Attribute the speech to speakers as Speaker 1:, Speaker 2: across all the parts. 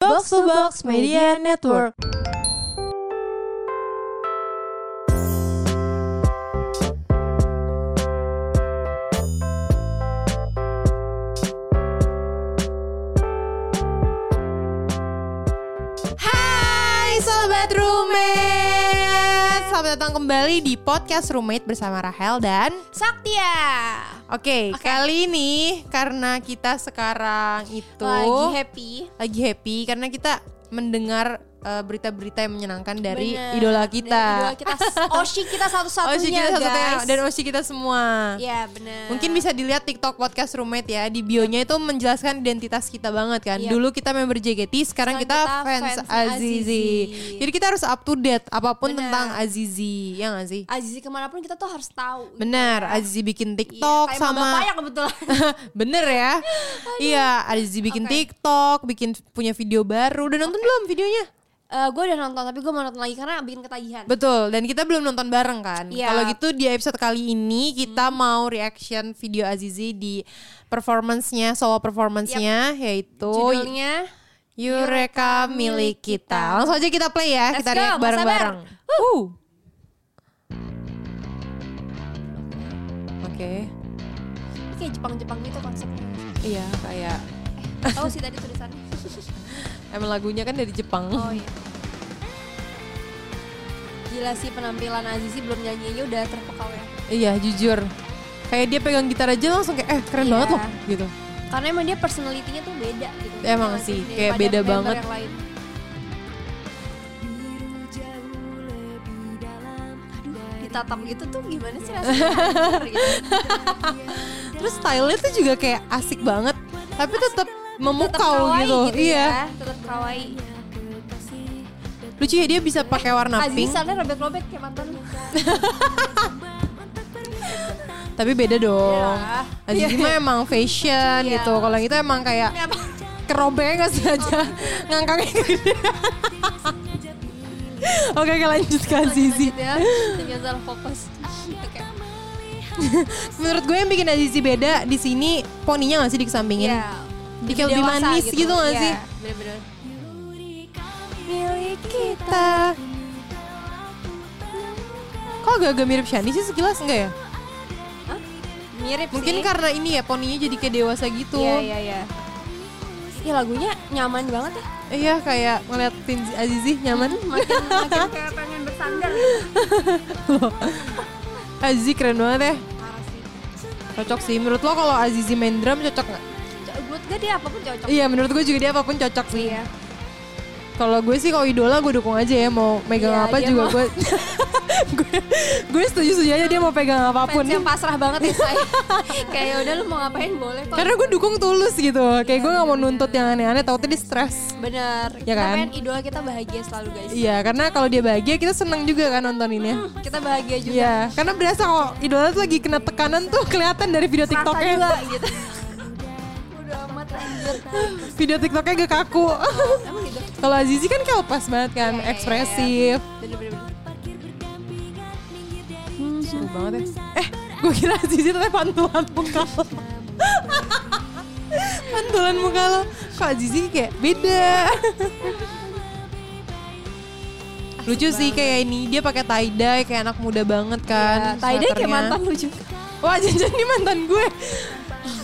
Speaker 1: Box to Box Media Network.
Speaker 2: Hai Sobat Roommate Selamat datang kembali di Podcast Roommate bersama Rahel dan
Speaker 3: Saktia.
Speaker 2: Oke,
Speaker 3: Oke.
Speaker 2: kali ini karena kita sekarang itu
Speaker 3: Lagi happy.
Speaker 2: lagi happy karena kita mendengar eh, berita-berita yang menyenangkan dari
Speaker 3: Bener.
Speaker 2: idola
Speaker 3: Dari
Speaker 2: kita.
Speaker 3: idola kita Oshi kita satu-satunya
Speaker 2: Oshi kita satu-satunya
Speaker 3: guys.
Speaker 2: dan Oshi kita semua.
Speaker 3: ya benar.
Speaker 2: Mungkin bisa dilihat TikTok podcast roommate ya di bio-nya itu menjelaskan identitas kita banget kan.
Speaker 3: Iya.
Speaker 2: Dulu kita member JKT, sekarang,
Speaker 3: Sekarang
Speaker 2: kita,
Speaker 3: kita
Speaker 2: fans,
Speaker 3: fans
Speaker 2: Azizi.
Speaker 3: Azizi.
Speaker 2: Jadi kita harus up to date apapun
Speaker 3: Bener.
Speaker 2: tentang Azizi, ya gak sih?
Speaker 3: Azizi kemanapun kita tuh harus tahu.
Speaker 2: Bener,
Speaker 3: Iya.
Speaker 2: Azizi bikin TikTok sama
Speaker 3: Bapak ya kebetulan.
Speaker 2: Bener ya. Iya, Azizi bikin
Speaker 3: Oke.
Speaker 2: TikTok, bikin punya video baru. Udah nonton belum videonya?
Speaker 3: Eh gue udah nonton tapi gue mau nonton lagi karena bikin ketagihan.
Speaker 2: Betul, dan kita belum nonton bareng kan.
Speaker 3: Iya. Hmm.
Speaker 2: Kalau gitu di episode kali ini kita mau reaction video Azizi di performance-nya, solo performance-nya yaitu
Speaker 3: Judulnya
Speaker 2: Eureka milik kita. Langsung aja kita play ya,
Speaker 3: Let's
Speaker 2: kita
Speaker 3: go,
Speaker 2: react
Speaker 3: nggak
Speaker 2: bareng-bareng. Uh. Oke.
Speaker 3: ini kayak Jepang-Jepang gitu konsepnya.
Speaker 2: Iya, kayak
Speaker 3: Eh, tahu sih tadi tulisannya.
Speaker 2: emang lagunya kan dari Jepang.
Speaker 3: Oh iya. Gila sih penampilan Azizi belum nyanyi aja udah terpekau ya.
Speaker 2: Iya, jujur. Kayak dia pegang gitar aja langsung kayak eh keren
Speaker 3: Iya.
Speaker 2: banget loh gitu.
Speaker 3: Karena emang dia personalitinya tuh beda gitu.
Speaker 2: Emang
Speaker 3: Ya nggak
Speaker 2: sih, kayak
Speaker 3: daripada
Speaker 2: beda
Speaker 3: member
Speaker 2: banget.
Speaker 3: yang lain. Aduh, ditatap gitu tuh gimana sih rasanya? Gitu.
Speaker 2: Terus style-nya tuh juga kayak asik banget, tapi tetap
Speaker 3: Tetap
Speaker 2: memukau
Speaker 3: kawaii
Speaker 2: gitu. Iya.
Speaker 3: ya, tetap kawaii.
Speaker 2: Lucu ya dia bisa pakai warna
Speaker 3: Aziz
Speaker 2: pink,
Speaker 3: sana robek-robek kayak mantan lu.
Speaker 2: tapi beda dong.
Speaker 3: Iya.
Speaker 2: Aziz mah emang fashion
Speaker 3: Iya.
Speaker 2: gitu. Kalau yang itu emang kayak
Speaker 3: Ini apa?
Speaker 2: kerobeng nggak sengaja ngangkangnya gede. Oke, oke lanjut ke Azizi.
Speaker 3: Lanjut ya, dengan salah fokus. Gitu Oke.
Speaker 2: Menurut gue yang bikin Azizi beda di sini poninya nggak sih dikesampingin?
Speaker 3: Iya.
Speaker 2: Dikit lebih
Speaker 3: Dewasa
Speaker 2: manis gitu nggak
Speaker 3: Iya,
Speaker 2: sih?
Speaker 3: Bener-bener.
Speaker 2: milik kita. Kok agak-agak mirip Shani sih sekilas enggak ya?
Speaker 3: Mirip
Speaker 2: Mungkin
Speaker 3: sih.
Speaker 2: karena ini ya poninya jadi kayak dewasa gitu.
Speaker 3: Iya, iya, iya. Iya lagunya nyaman banget ya.
Speaker 2: Iya, kayak ngeliatin si Azizi nyaman.
Speaker 3: Makin makin kayak pengen bersandar gitu.
Speaker 2: Azizi keren banget ya.
Speaker 3: Parah sih.
Speaker 2: Cocok sih. Menurut lo kalau Azizi main drum cocok nggak?
Speaker 3: Co- Buat gue dia apapun cocok.
Speaker 2: Iya, menurut gue juga dia apapun cocok sih.
Speaker 3: Iya.
Speaker 2: Kalau gue sih kalau idola gue dukung aja ya mau megang
Speaker 3: Iya,
Speaker 2: apa
Speaker 3: dia
Speaker 2: juga
Speaker 3: mau-
Speaker 2: gue. gue gue setuju setuju aja dia mau pegang apapun.
Speaker 3: Fans yang pasrah banget ya saya. kayak "Ya udah lu mau ngapain boleh kok.
Speaker 2: Karena gue dukung tulus gitu.
Speaker 3: Iya,
Speaker 2: Kayak gue nggak mau nuntut yang aneh-aneh. Takutnya dia stres.
Speaker 3: Bener.
Speaker 2: Ya
Speaker 3: kita
Speaker 2: kan?
Speaker 3: pengen idola kita bahagia selalu guys.
Speaker 2: Iya, karena kalau dia bahagia kita senang juga kan nontoninnya.
Speaker 3: Kita bahagia juga.
Speaker 2: Iya, karena berasa kok idola tuh lagi kena tekanan tuh kelihatan dari video
Speaker 3: Serasa juga
Speaker 2: TikToknya.
Speaker 3: gitu. Udah amat lanjut.
Speaker 2: Video TikToknya agak kaku.
Speaker 3: Emang gitu.
Speaker 2: kalau Azizi kan kayak lepas banget kan,
Speaker 3: Iya, iya,
Speaker 2: ekspresif.
Speaker 3: Bener-bener.
Speaker 2: Seru banget ya. Eh, gue kira Azizi ternyata pantulan muka lo. pantulan muka lo. Kok Azizi kayak beda. Lucu sih kayak ini, dia pakai tie dye kayak anak muda banget kan.
Speaker 3: Tadi dia Iya, kayak
Speaker 2: sweaternya.
Speaker 3: mantan lu juga.
Speaker 2: Wah janjian ini mantan gue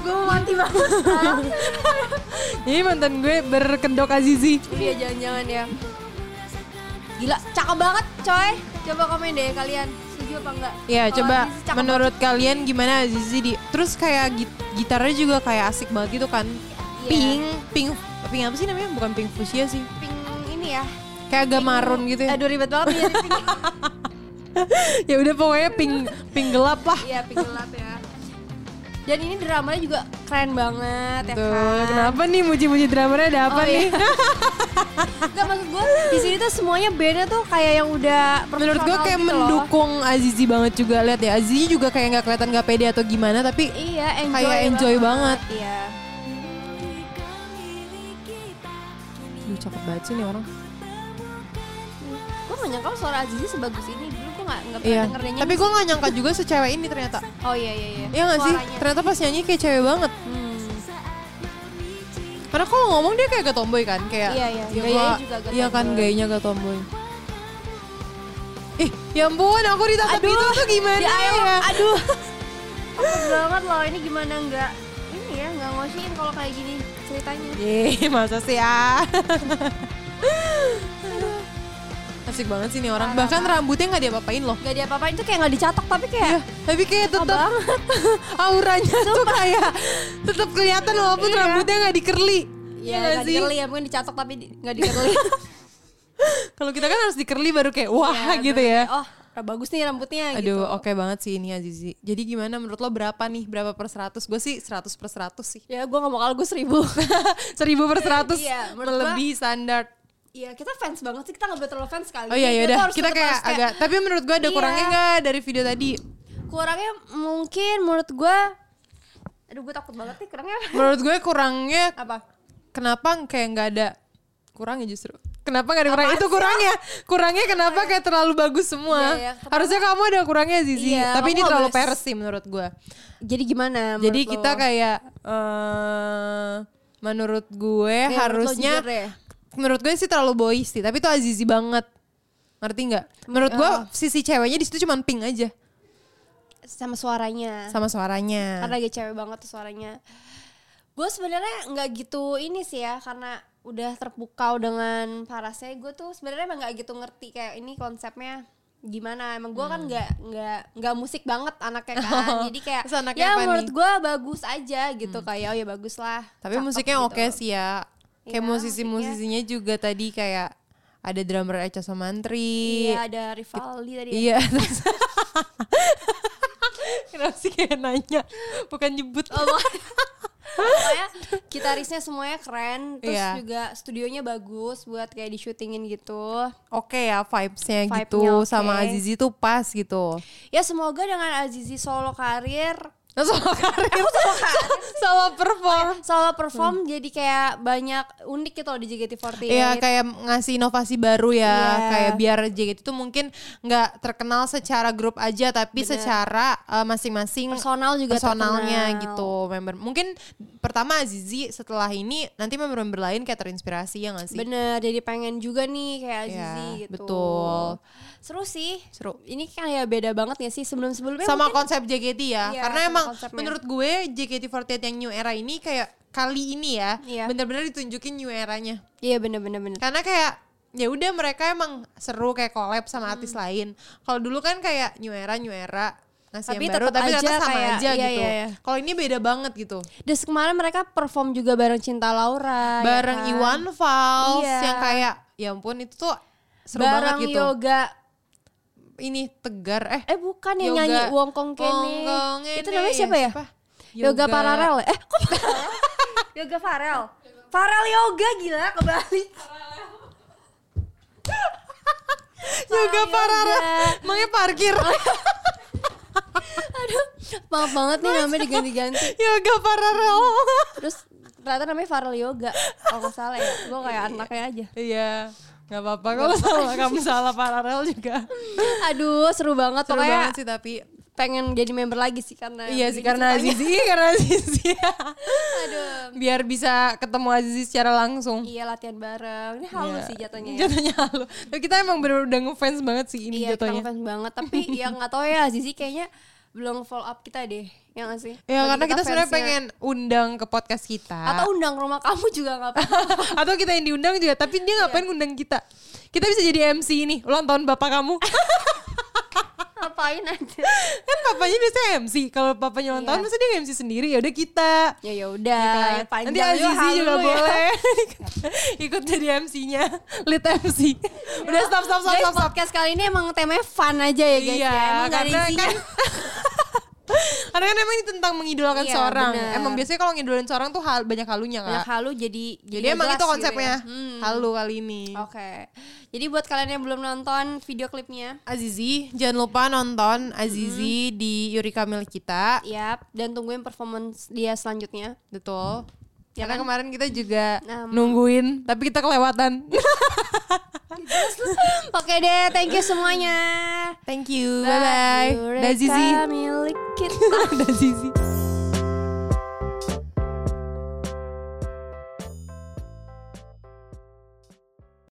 Speaker 3: Gue mau mati banget. Ah.
Speaker 2: Ini mantan gue berkedok Azizi
Speaker 3: Iya jangan-jangan ya. Gila, cakep banget coy. Coba komen deh kalian. Setuju apa enggak?
Speaker 2: Ya
Speaker 3: Kalau
Speaker 2: coba
Speaker 3: Azizi cakep
Speaker 2: menurut kalian gimana Azizi di Terus kayak git- gitarnya juga kayak asik banget gitu kan
Speaker 3: Iya.
Speaker 2: Pink, pink, pink apa sih namanya? Bukan pink fuchsia sih
Speaker 3: banget. pink ini ya. Eh,
Speaker 2: Kayak agak marun gitu ya
Speaker 3: Aduh ribet banget nih jadi pink.
Speaker 2: Ya udah pokoknya pink, pink gelap lah
Speaker 3: Iya, pink gelap ya. Dan ini dramanya juga keren banget ya
Speaker 2: Tuh,
Speaker 3: kan.
Speaker 2: kenapa nih muji-muji dramanya ada apa
Speaker 3: Oh,
Speaker 2: nih?
Speaker 3: iya. Enggak maksud gue di sini tuh semuanya bandnya tuh kayak yang udah
Speaker 2: Menurut gue
Speaker 3: profesional
Speaker 2: kayak
Speaker 3: gitu loh.
Speaker 2: mendukung Azizi banget juga lihat ya Azizi juga kayak nggak kelihatan nggak pede atau gimana tapi
Speaker 3: Iya, enjoy
Speaker 2: Kayak enjoy banget.
Speaker 3: Iya.
Speaker 2: Duh cakep banget sih nih orang
Speaker 3: Gue gak nyangka suara Azizi sebagus ini. Dulu gue gak, nggak pernah
Speaker 2: Iya.
Speaker 3: denger dia nyanyi.
Speaker 2: Tapi gue gak nyangka juga secewek ini ternyata.
Speaker 3: Oh iya iya iya.
Speaker 2: Iya gak sih?
Speaker 3: Suaranya.
Speaker 2: Ternyata pas nyanyi kayak cewek banget.
Speaker 3: Hmm.
Speaker 2: Karena Karena kalau ngomong dia kayak agak tomboy kan, kayak
Speaker 3: Iya, iya.
Speaker 2: ya,
Speaker 3: Gayanya
Speaker 2: Kak.
Speaker 3: juga agak
Speaker 2: Iya kan
Speaker 3: tomboy.
Speaker 2: gayanya agak tomboy. Ih, ya ampun, aku ditangkap
Speaker 3: Aduh,
Speaker 2: gitu tuh gimana
Speaker 3: di air,
Speaker 2: ya?
Speaker 3: aduh. Takut banget loh ini gimana nggak ini ya nggak ngosiin kalau kayak gini ceritanya.
Speaker 2: Ih, masa sih ya? Asik banget sih nih orang.
Speaker 3: Parah,
Speaker 2: Bahkan rambutnya nggak diapa-apain loh.
Speaker 3: Gak diapa-apain tuh kayak nggak dicatok tapi
Speaker 2: Iya.
Speaker 3: kayak ya
Speaker 2: Tapi kayak
Speaker 3: Suka
Speaker 2: tetap auranya tuh kayak tetap kelihatan walaupun
Speaker 3: Iya.
Speaker 2: rambutnya nggak dikerli.
Speaker 3: ya
Speaker 2: Iya nggak
Speaker 3: nggak dikerli ya mungkin dicatok tapi di- nggak dikerli.
Speaker 2: Kalau kita kan harus dikerli baru kayak wah
Speaker 3: Ya,
Speaker 2: gitu
Speaker 3: bener.
Speaker 2: ya.
Speaker 3: Oh bagus nih rambutnya gitu.
Speaker 2: Aduh, oke banget sih ini Azizi. Jadi gimana menurut lo berapa nih? Berapa per 100? Gue sih 100 per 100 sih.
Speaker 3: Ya gue gak mau kalah gue seribu.
Speaker 2: 1000 per 100
Speaker 3: Iya, menurut
Speaker 2: melebihi standar.
Speaker 3: Iya kita fans banget sih kita gak boleh terlalu fans kali.
Speaker 2: Oh iya ya
Speaker 3: Jadi tuh
Speaker 2: udah,
Speaker 3: harus
Speaker 2: kita
Speaker 3: tetap
Speaker 2: kayak
Speaker 3: harus
Speaker 2: agak tapi menurut gue ada
Speaker 3: Iya.
Speaker 2: kurangnya nggak dari video tadi?
Speaker 3: kurangnya mungkin menurut gue. Aduh gue takut banget nih kurangnya.
Speaker 2: Menurut gue kurangnya
Speaker 3: Apa?
Speaker 2: kenapa kayak nggak ada kurangnya justru? Kenapa nggak ada kurangnya? Itu kurangnya. Kurangnya kenapa kayak terlalu bagus semua?
Speaker 3: Iya, iya. Kenapa?
Speaker 2: Harusnya kamu ada kurangnya Zizi, tapi
Speaker 3: Iya, kamu
Speaker 2: ini
Speaker 3: nggak
Speaker 2: terlalu
Speaker 3: boleh-
Speaker 2: peres sih menurut gue.
Speaker 3: Jadi gimana?
Speaker 2: Jadi
Speaker 3: menurut
Speaker 2: kita
Speaker 3: lo?
Speaker 2: kayak eh menurut gue
Speaker 3: Kayak menurut lo
Speaker 2: harusnya
Speaker 3: jujur deh.
Speaker 2: menurut gue sih terlalu boys sih, tapi itu Azizi banget. Ngerti nggak? Menurut
Speaker 3: Iya.
Speaker 2: gue sisi ceweknya di situ cuman pink aja
Speaker 3: sama suaranya.
Speaker 2: sama suaranya.
Speaker 3: Karena lagi cewek banget tuh suaranya. Gue sebenarnya nggak gitu ini sih ya karena udah terpukau dengan parasnya gue tuh sebenarnya emang nggak gitu ngerti kayak ini konsepnya gimana emang gue
Speaker 2: Hmm.
Speaker 3: kan nggak nggak nggak musik banget anaknya kan jadi kayak
Speaker 2: Oh, Terus anaknya
Speaker 3: ya
Speaker 2: apa nih?
Speaker 3: menurut
Speaker 2: Hmm.
Speaker 3: gue bagus aja gitu kayak oh ya bagus lah
Speaker 2: Tapi
Speaker 3: cakep
Speaker 2: musiknya
Speaker 3: gitu.
Speaker 2: oke sih ya. Kayak
Speaker 3: Iya,
Speaker 2: musisi-musisinya juga tadi kayak ada drummer Echa Somantri.
Speaker 3: iya ada Rivaldi tadi ya.
Speaker 2: Iya. terus- Kenapa sih kayak nanya? Bukan nyebut.
Speaker 3: Oh, pokoknya- pokoknya gitarisnya semuanya keren terus
Speaker 2: Iya.
Speaker 3: juga studionya bagus buat kayak di syutingin gitu
Speaker 2: Oke ya vibes-nya
Speaker 3: Vibe-nya
Speaker 2: gitu sama
Speaker 3: oke.
Speaker 2: Azizi tuh pas gitu.
Speaker 3: ya semoga dengan Azizi solo karir
Speaker 2: Nah, sama karir sama perform Hmm.
Speaker 3: solo perform jadi kayak banyak unik gitu loh di JKT48
Speaker 2: Iya kayak ngasih inovasi baru ya
Speaker 3: Iya.
Speaker 2: kayak biar JKT itu mungkin nggak terkenal secara grup aja tapi secara uh, masing-masing
Speaker 3: personal juga
Speaker 2: personalnya
Speaker 3: terkenal.
Speaker 2: gitu member mungkin pertama Azizi setelah ini nanti member-member lain kayak terinspirasi ya nggak sih
Speaker 3: bener jadi pengen juga nih
Speaker 2: Iya,
Speaker 3: kayak Azizi gitu
Speaker 2: betul.
Speaker 3: seru sih
Speaker 2: Seru.
Speaker 3: ini kayak beda banget ya sih sebelum sebelumnya
Speaker 2: sama konsep JKT ya
Speaker 3: Iya,
Speaker 2: karena
Speaker 3: sama
Speaker 2: emang
Speaker 3: konsepnya.
Speaker 2: menurut gue JKT48 yang new era ini kayak kali ini ya
Speaker 3: Iya.
Speaker 2: bener-bener ditunjukin new eranya
Speaker 3: iya bener bener bener
Speaker 2: karena kayak ya udah mereka emang seru kayak collab sama artis
Speaker 3: Hmm.
Speaker 2: lain kalau dulu kan kayak new era new era ngasih
Speaker 3: Tapi
Speaker 2: yang baru
Speaker 3: tetep
Speaker 2: tapi ternyata
Speaker 3: aja
Speaker 2: sama
Speaker 3: kayak-
Speaker 2: aja
Speaker 3: iya,
Speaker 2: gitu
Speaker 3: iya, iya.
Speaker 2: kalau ini beda banget gitu
Speaker 3: dan kemarin mereka perform juga bareng Cinta Laura ya
Speaker 2: bareng
Speaker 3: kan?
Speaker 2: Iwan Fals
Speaker 3: Iya.
Speaker 2: yang kayak ya ampun itu tuh seru
Speaker 3: bareng
Speaker 2: banget gitu
Speaker 3: yoga
Speaker 2: ini tegar eh
Speaker 3: eh bukan yang
Speaker 2: Yoga.
Speaker 3: nyanyi Wongkong Kene
Speaker 2: Wongkong Kene,
Speaker 3: itu
Speaker 2: iya,
Speaker 3: namanya siapa ya, Yoga, Paralel ya? eh kok Paralel? yoga Farel Farel Yoga gila kebalik Ah,
Speaker 2: Yoga Paralel emangnya parkir
Speaker 3: aduh maaf banget nih namanya diganti-ganti
Speaker 2: Yoga Paralel
Speaker 3: terus ternyata namanya Farel Yoga kalau nggak salah ya gue kayak anaknya aja
Speaker 2: iya nggak apa-apa kalau salah kamu salah Paralel juga
Speaker 3: aduh seru banget
Speaker 2: seru
Speaker 3: pokoknya
Speaker 2: banget sih tapi
Speaker 3: eh, pengen jadi member lagi sih karena
Speaker 2: Iya sih
Speaker 3: begitu
Speaker 2: karena
Speaker 3: ceritanya.
Speaker 2: Azizi, karena Azizi.
Speaker 3: gitu aduh
Speaker 2: Biar bisa ketemu Azizi secara langsung.
Speaker 3: iya latihan bareng ini halu
Speaker 2: Iya.
Speaker 3: sih jatuhnya ya.
Speaker 2: Jatuhnya halu. Tapi kita emang bener udah ngefans banget sih ini
Speaker 3: Iya, kita
Speaker 2: jatuhnya.
Speaker 3: ngefans banget tapi yang nggak tahu ya Zizi kayaknya belum follow up kita deh. Ya nggak sih?
Speaker 2: Ya
Speaker 3: Bagi
Speaker 2: karena kita, sebenarnya
Speaker 3: fansnya.
Speaker 2: pengen undang ke podcast kita.
Speaker 3: atau undang ke rumah kamu juga nggak apa-apa.
Speaker 2: Atau kita yang diundang juga, tapi dia
Speaker 3: Iya.
Speaker 2: ngapain ngundang kita? Kita bisa jadi MC ini, ulang tahun bapak kamu.
Speaker 3: Ngapain aja.
Speaker 2: kan papanya biasanya MC. Kalau papanya ulang
Speaker 3: Iya.
Speaker 2: tahun masa dia nge-MC sendiri, ya udah kita.
Speaker 3: Ya ya udah,
Speaker 2: Ya, Nanti Azizi
Speaker 3: ya.
Speaker 2: juga boleh ikut jadi MC-nya, lead MC. Udah stop stop stop
Speaker 3: Iya. Guys,
Speaker 2: stop stop.
Speaker 3: podcast kali ini emang temanya fun aja ya guys
Speaker 2: Iya,
Speaker 3: ya. Emang nggak ada
Speaker 2: karena
Speaker 3: isinya.
Speaker 2: kan- Karena kan emang ini tentang mengidolakan
Speaker 3: Iya,
Speaker 2: seorang.
Speaker 3: benar.
Speaker 2: Emang biasanya kalau ngidolain seorang tuh hal, banyak halunya
Speaker 3: Banyak
Speaker 2: kak.
Speaker 3: halu jadi
Speaker 2: Jadi
Speaker 3: nggak
Speaker 2: emang
Speaker 3: jelas
Speaker 2: itu
Speaker 3: gitu
Speaker 2: konsepnya
Speaker 3: ya. Hmm. Oh.
Speaker 2: halu kali ini.
Speaker 3: Oke. Jadi buat kalian yang belum nonton video klipnya,
Speaker 2: Azizi, jangan lupa nonton Azizi di Yurika Milik kita.
Speaker 3: yap, dan tungguin performance dia selanjutnya.
Speaker 2: Betul.
Speaker 3: Ya
Speaker 2: Karena
Speaker 3: kan?
Speaker 2: kemarin kita juga
Speaker 3: Nah,
Speaker 2: nungguin, tapi kita kelewatan.
Speaker 3: Oke deh, thank you semuanya.
Speaker 2: Thank you, bye bye.
Speaker 3: Yureka
Speaker 2: Dah Azizi,
Speaker 3: milik kita.
Speaker 2: dah Azizi.